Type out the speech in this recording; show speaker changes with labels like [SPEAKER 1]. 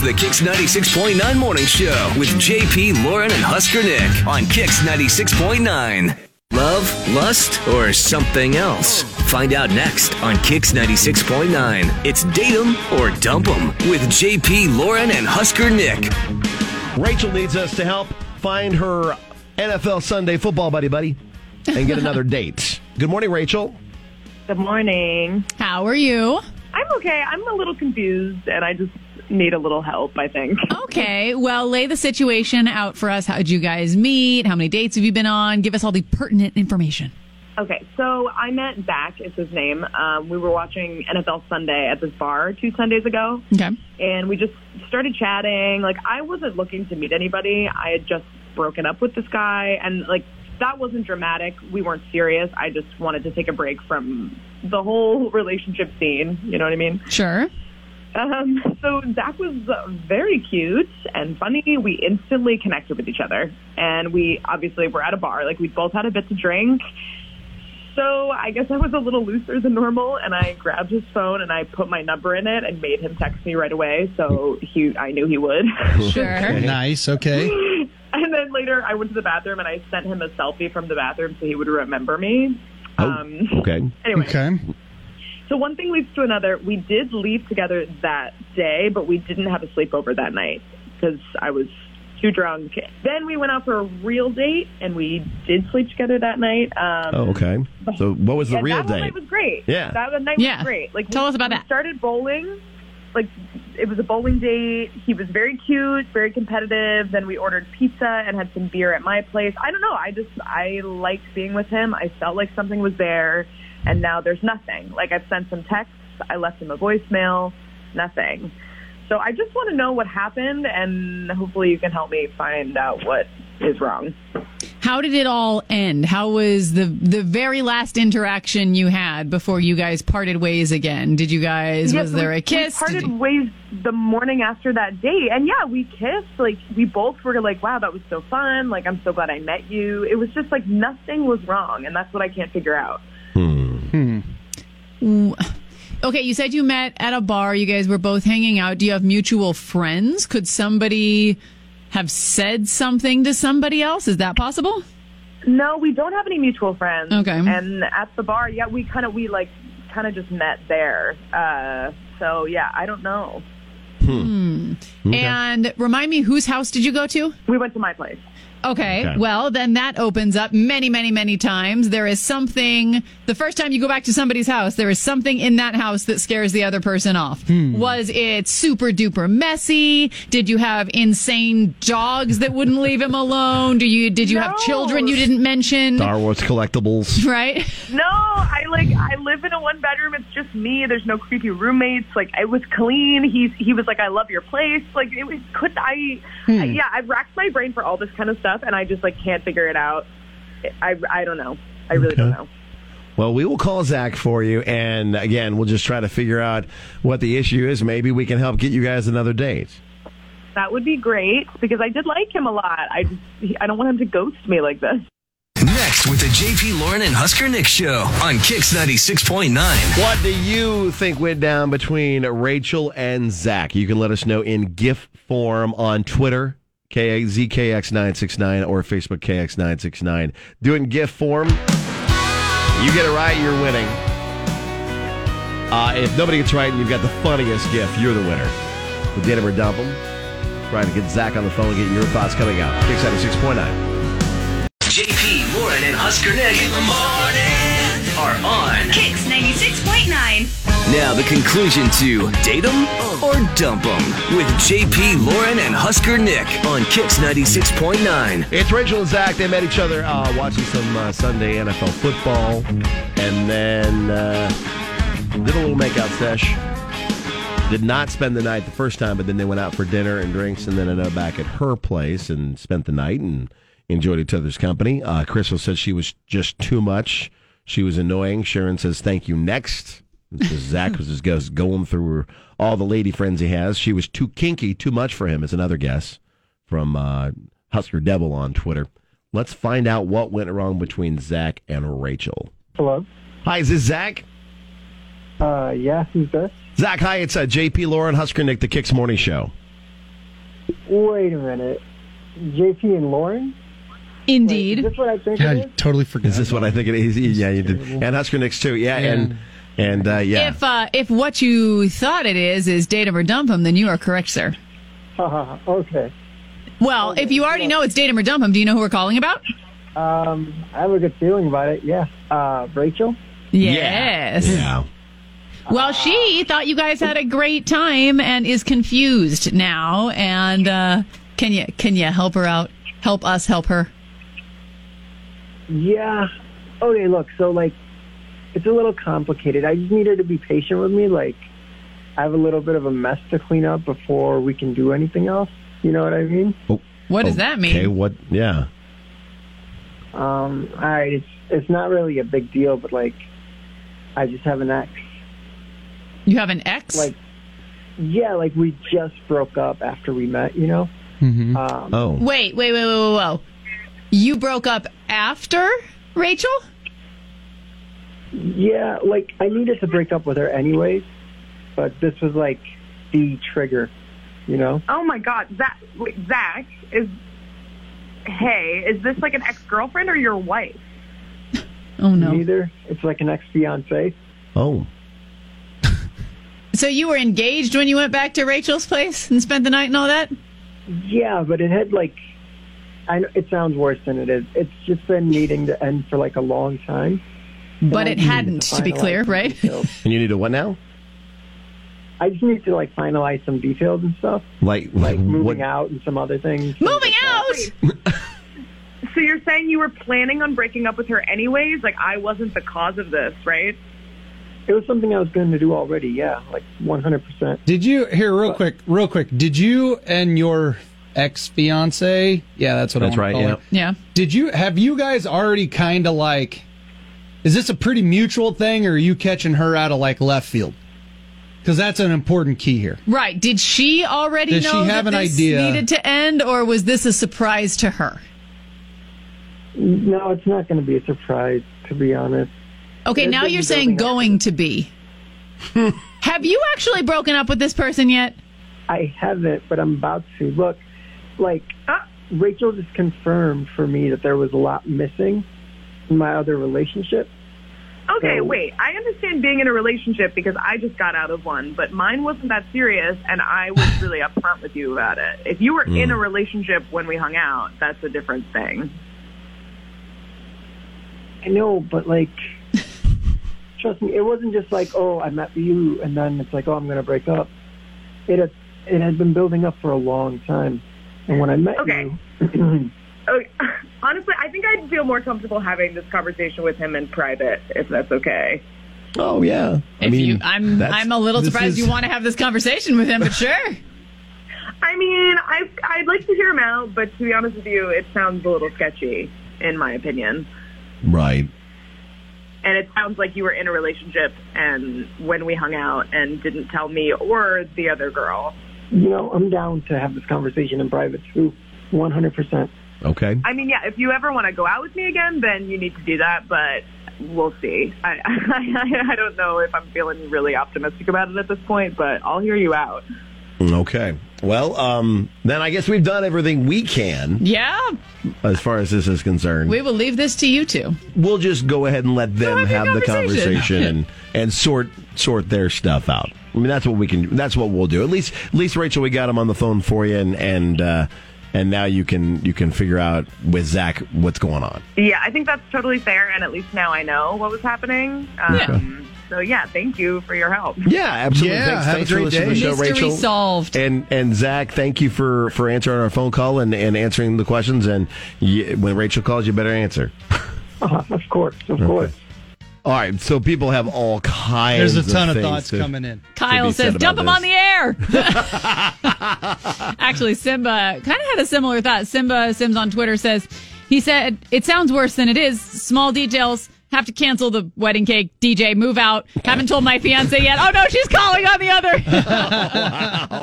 [SPEAKER 1] the Kix 96.9 Morning Show with JP, Lauren, and Husker Nick on Kix 96.9. Love, lust, or something else? Find out next on Kix 96.9. It's Date 'em or Dump 'em with JP, Lauren, and Husker Nick.
[SPEAKER 2] Rachel needs us to help find her NFL Sunday football buddy buddy and get another date. Good morning, Rachel.
[SPEAKER 3] Good morning.
[SPEAKER 4] How are you?
[SPEAKER 3] I'm okay. I'm a little confused and I just need a little help, I think.
[SPEAKER 4] Okay, well, lay the situation out for us. How did you guys meet? How many dates have you been on? Give us all the pertinent information.
[SPEAKER 3] Okay, so I met Zach, is his name. Um, we were watching NFL Sunday at this bar two Sundays ago.
[SPEAKER 4] Okay.
[SPEAKER 3] And we just started chatting. Like, I wasn't looking to meet anybody. I had just broken up with this guy. And, like, that wasn't dramatic. We weren't serious. I just wanted to take a break from the whole relationship scene. You know what I mean?
[SPEAKER 4] Sure.
[SPEAKER 3] Um, so Zach was uh, very cute and funny. We instantly connected with each other, and we obviously were at a bar. Like we both had a bit to drink. So I guess I was a little looser than normal, and I grabbed his phone and I put my number in it and made him text me right away. So he, I knew he would.
[SPEAKER 4] Sure.
[SPEAKER 5] Nice. Okay.
[SPEAKER 3] and then later, I went to the bathroom and I sent him a selfie from the bathroom so he would remember me. Um,
[SPEAKER 2] Oh, Okay.
[SPEAKER 3] anyway,
[SPEAKER 5] Okay.
[SPEAKER 3] So one thing leads to another. We did leave together that day, but we didn't have a sleepover that night because I was too drunk. Then we went out for a real date, and we did sleep together that night. Um,
[SPEAKER 2] Oh, okay. So, what was the
[SPEAKER 3] and
[SPEAKER 2] real
[SPEAKER 3] that whole
[SPEAKER 2] date?
[SPEAKER 3] night was great.
[SPEAKER 2] Yeah.
[SPEAKER 3] that one night
[SPEAKER 4] Yeah.
[SPEAKER 3] was great. Like,
[SPEAKER 4] Tell
[SPEAKER 3] we-
[SPEAKER 4] us about
[SPEAKER 3] we
[SPEAKER 4] that.
[SPEAKER 3] Started bowling. Like, it was a bowling date. He was very cute, very competitive. Then we ordered pizza and had some beer at my place. I don't know. I just I liked being with him. I felt like something was there, and now there's nothing. Like I've sent some texts. I left him a voicemail. Nothing. So I just want to know what happened, and hopefully you can help me find out what is wrong.
[SPEAKER 4] How did it all end? How was the the very last interaction you had before you guys parted ways again? Did you guys
[SPEAKER 3] Yes,
[SPEAKER 4] was there
[SPEAKER 3] we-
[SPEAKER 4] a kiss?
[SPEAKER 3] We parted
[SPEAKER 4] Did you-
[SPEAKER 3] ways the morning after that date, and yeah, we kissed. Like we both were like, "Wow, that was so fun! Like I'm so glad I met you." It was just like nothing was wrong, and that's what I can't figure out.
[SPEAKER 4] okay, you said you met at a bar. You guys were both hanging out. Do you have mutual friends? Could somebody have said something to somebody else? Is that possible?
[SPEAKER 3] No, we don't have any mutual friends.
[SPEAKER 4] Okay.
[SPEAKER 3] And at the bar, yeah, we kind of we like kind of just met there. Uh, so yeah, I don't know.
[SPEAKER 4] And remind me, whose house did you go to?
[SPEAKER 3] We went to my place.
[SPEAKER 4] Okay,
[SPEAKER 2] Okay.
[SPEAKER 4] well, then that opens up many, many, many times. There is something, the first time you go back to somebody's house, there is something in that house that scares the other person off. Was it super duper messy? Did you have insane dogs that wouldn't leave him alone? Do you, did you have
[SPEAKER 3] No.
[SPEAKER 4] children you didn't mention?
[SPEAKER 2] Star Wars collectibles.
[SPEAKER 4] Right?
[SPEAKER 3] No, I like I live in a one bedroom. It's just me. There's no creepy roommates. Like it was clean. He he was like, I love your place. Like it was could I? yeah, I've racked my brain for all this kind of stuff, and I just like can't figure it out. I I don't know. I really don't know.
[SPEAKER 2] Well, we will call Zach for you, and again, we'll just try to figure out what the issue is. Maybe we can help get you guys another date.
[SPEAKER 3] That would be great because I did like him a lot. I just he- I don't want him to ghost me like this.
[SPEAKER 1] Next with the JP, Lauren, and Husker Nick Show on Kix 96.9.
[SPEAKER 2] What do you think went down between Rachel and Zach? You can let us know in GIF form on Twitter, KZKX969, or Facebook KX969. Doing GIF form, you get it right, you're winning. Uh, if nobody gets right and you've got the funniest GIF, you're the winner. The Data or Dump 'em. Trying to get Zach on the phone and get your thoughts coming up. Kicks out of 6.9.
[SPEAKER 1] JP, Lauren, and Husker Nick in the morning are on.
[SPEAKER 6] Kicks 96.9.
[SPEAKER 1] Now, the conclusion to Date 'em or Dump 'em with JP, Lauren, and Husker Nick on Kix 96.9.
[SPEAKER 2] It's Rachel and Zach. They met each other uh, watching some uh, Sunday NFL football, and then uh, did a little makeout sesh. Did not spend the night the first time, but then they went out for dinner and drinks, and then ended up back at her place and spent the night and enjoyed each other's company. Uh, Crystal says she was just too much. She was annoying. Sharon says thank you next. This is Zach was just goes going through all the lady friends he has. She was too kinky, too much for him. Is another guess from uh, Husker Devil on Twitter. Let's find out what went wrong between Zach and Rachel.
[SPEAKER 7] Hello.
[SPEAKER 2] Hi, is this Zach?
[SPEAKER 7] Uh, yeah, who's this?
[SPEAKER 2] Zach, hi, it's uh, JP Lauren Husker Nick, the Kicks Morning Show.
[SPEAKER 5] wait a minute, JP and Lauren?
[SPEAKER 4] Indeed.
[SPEAKER 5] Is this what I think
[SPEAKER 7] Yeah,
[SPEAKER 5] it
[SPEAKER 7] I
[SPEAKER 5] is?
[SPEAKER 7] totally forgot.
[SPEAKER 2] Is this what I think it is? Yeah, you did. And Husker Nicks too. Yeah, and and uh, yeah.
[SPEAKER 4] If uh, if what you thought it is is date 'em or dump 'em, then you are correct, sir.
[SPEAKER 5] Ha, ha, ha. okay.
[SPEAKER 4] Well, if you already know it's date 'em or dump 'em, do you know who we're calling about?
[SPEAKER 5] Um, I have a good feeling about it. Yeah. Uh, Rachel?
[SPEAKER 4] Yes.
[SPEAKER 2] yeah.
[SPEAKER 4] Well, she thought you guys had a great time and is confused now. And uh, can you can you help her out? Help us help her.
[SPEAKER 5] Yeah. Okay, look, so like it's a little complicated. I just need her to be patient with me. Like I have a little bit of a mess to clean up before we can do anything else. You know what I mean?
[SPEAKER 4] What does that mean?
[SPEAKER 2] Oh, Okay. What? Yeah.
[SPEAKER 5] Um, all right, it's it's not really a big deal, but like I just have an ex.
[SPEAKER 4] You have an ex?
[SPEAKER 5] Like yeah, like we just broke up after we met, you know? Um,
[SPEAKER 2] Oh.
[SPEAKER 4] wait, wait, wait, wait, wait, wait. You broke up after Rachel?
[SPEAKER 5] yeah, like I needed to break up with her anyways, but this was like the trigger, you know?
[SPEAKER 3] Oh my God, Zach, wait, Zach is. Hey, is this like an ex-girlfriend or your wife?
[SPEAKER 4] Oh no.
[SPEAKER 5] Neither. It's like an ex fiance.
[SPEAKER 2] Oh.
[SPEAKER 4] So you were engaged when you went back to Rachel's place and spent the night and all that?
[SPEAKER 5] Yeah, but it had like, I know it sounds worse than it is. It's just been needing to end for like a long time.
[SPEAKER 4] But
[SPEAKER 5] I
[SPEAKER 4] it
[SPEAKER 5] needed
[SPEAKER 4] hadn't, to be
[SPEAKER 5] finalize
[SPEAKER 4] clear,
[SPEAKER 5] some
[SPEAKER 4] right?
[SPEAKER 5] details.
[SPEAKER 2] And you need a what now?
[SPEAKER 5] I just need to like finalize some details and stuff,
[SPEAKER 2] Like
[SPEAKER 5] like moving
[SPEAKER 2] what?
[SPEAKER 5] out and some other things.
[SPEAKER 4] Moving out.
[SPEAKER 3] So you're saying you were planning on breaking up with her anyways? Like I wasn't the cause of this, right?
[SPEAKER 5] It was something I was going to do already. Yeah, like 100. percent
[SPEAKER 7] Did you here real quick? Real quick. Did you and your ex fiance? Yeah, that's what
[SPEAKER 2] That's
[SPEAKER 7] I want
[SPEAKER 2] right,
[SPEAKER 7] to call
[SPEAKER 2] yeah.
[SPEAKER 4] Yeah.
[SPEAKER 7] her. Did you have you guys already kind of like? Is this a pretty mutual thing, or are you catching her out of like left field? Because that's an important key here.
[SPEAKER 4] Right. Did she already
[SPEAKER 7] Did she
[SPEAKER 4] know
[SPEAKER 7] have
[SPEAKER 4] that
[SPEAKER 7] an
[SPEAKER 4] this
[SPEAKER 7] idea?
[SPEAKER 4] needed to end, or was this a surprise to her?
[SPEAKER 5] No, it's not going to be a surprise, to be honest.
[SPEAKER 4] Okay,
[SPEAKER 5] There's
[SPEAKER 4] now
[SPEAKER 5] been
[SPEAKER 4] you're saying
[SPEAKER 5] building
[SPEAKER 4] going
[SPEAKER 5] up.
[SPEAKER 4] to be. Have you actually broken up with this person yet?
[SPEAKER 5] I haven't, but I'm about to. Look, like uh, Rachel just confirmed for me that there was a lot missing in my other relationship.
[SPEAKER 3] Okay,
[SPEAKER 5] So-
[SPEAKER 3] wait. I understand being in a relationship because I just got out of one, but mine wasn't that serious, and I was really upfront with you about it. If you were in a relationship when we hung out, that's a different thing.
[SPEAKER 5] I know, but like, trust me, it wasn't just like, oh, I met you, and then it's like, oh, I'm gonna break up. It had, it had been building up for a long time, and when I met
[SPEAKER 3] Okay.
[SPEAKER 5] you,
[SPEAKER 3] Okay. Oh, Honestly, I think I'd feel more comfortable having this conversation with him in private, if that's okay.
[SPEAKER 2] Oh yeah. I
[SPEAKER 4] if
[SPEAKER 2] mean,
[SPEAKER 4] you, I'm
[SPEAKER 2] that's-
[SPEAKER 4] I'm a little
[SPEAKER 2] this
[SPEAKER 4] surprised
[SPEAKER 2] is-
[SPEAKER 4] you want to have this conversation with him, but sure.
[SPEAKER 3] I mean, I I'd like to hear him out, but to be honest with you, it sounds a little sketchy, in my opinion.
[SPEAKER 2] Right.
[SPEAKER 3] And it sounds like you were in a relationship, and when we hung out, and didn't tell me or the other girl.
[SPEAKER 5] you know, I'm down to have this conversation in private too, 100. percent
[SPEAKER 2] Okay.
[SPEAKER 3] I mean, yeah, if you ever want to go out with me again, then you need to do that, but we'll see. I, I, I don't know if I'm feeling really optimistic about it at this point, but I'll hear you out.
[SPEAKER 2] Okay. Well, um, then I guess we've done everything we can
[SPEAKER 4] yeah,
[SPEAKER 2] as far as this is concerned.
[SPEAKER 4] we will leave this to you two.
[SPEAKER 2] we'll just go ahead and let them
[SPEAKER 4] have
[SPEAKER 2] have,
[SPEAKER 4] your
[SPEAKER 2] the
[SPEAKER 4] conversation.
[SPEAKER 2] conversation and, and sort sort their stuff out. I mean, that's what we can. That's what we'll do. At least, at least Rachel, we got him on the phone for you, and and uh, and now you can you can figure out with Zach what's going on.
[SPEAKER 3] Yeah, I think that's totally fair, and at least now I know what was happening. Um, So, yeah, thank you for your help.
[SPEAKER 2] Yeah, absolutely.
[SPEAKER 7] Yeah,
[SPEAKER 2] thanks
[SPEAKER 7] have a
[SPEAKER 2] thanks for
[SPEAKER 7] great
[SPEAKER 2] listening to the
[SPEAKER 7] day.
[SPEAKER 2] show,
[SPEAKER 4] Mystery
[SPEAKER 2] Rachel.
[SPEAKER 4] solved.
[SPEAKER 2] And and Zach, thank you for for answering our phone call and and answering the questions. And you, when Rachel calls, you better answer.
[SPEAKER 5] Uh-huh. of course, of course.
[SPEAKER 2] All right, so people have all kinds.
[SPEAKER 7] There's a ton of,
[SPEAKER 2] things
[SPEAKER 7] thoughts
[SPEAKER 2] to-
[SPEAKER 7] coming in.
[SPEAKER 4] Kyle
[SPEAKER 2] be said
[SPEAKER 4] says,
[SPEAKER 2] about
[SPEAKER 4] "Dump him
[SPEAKER 2] this."
[SPEAKER 4] on the air." Actually, Simba kind of had a similar thought. Simba Sims on Twitter says, "He said it sounds worse than it is. Small details." Have to cancel the wedding cake, DJ, move out. Haven't told my fiance yet. Oh no, she's calling on the other.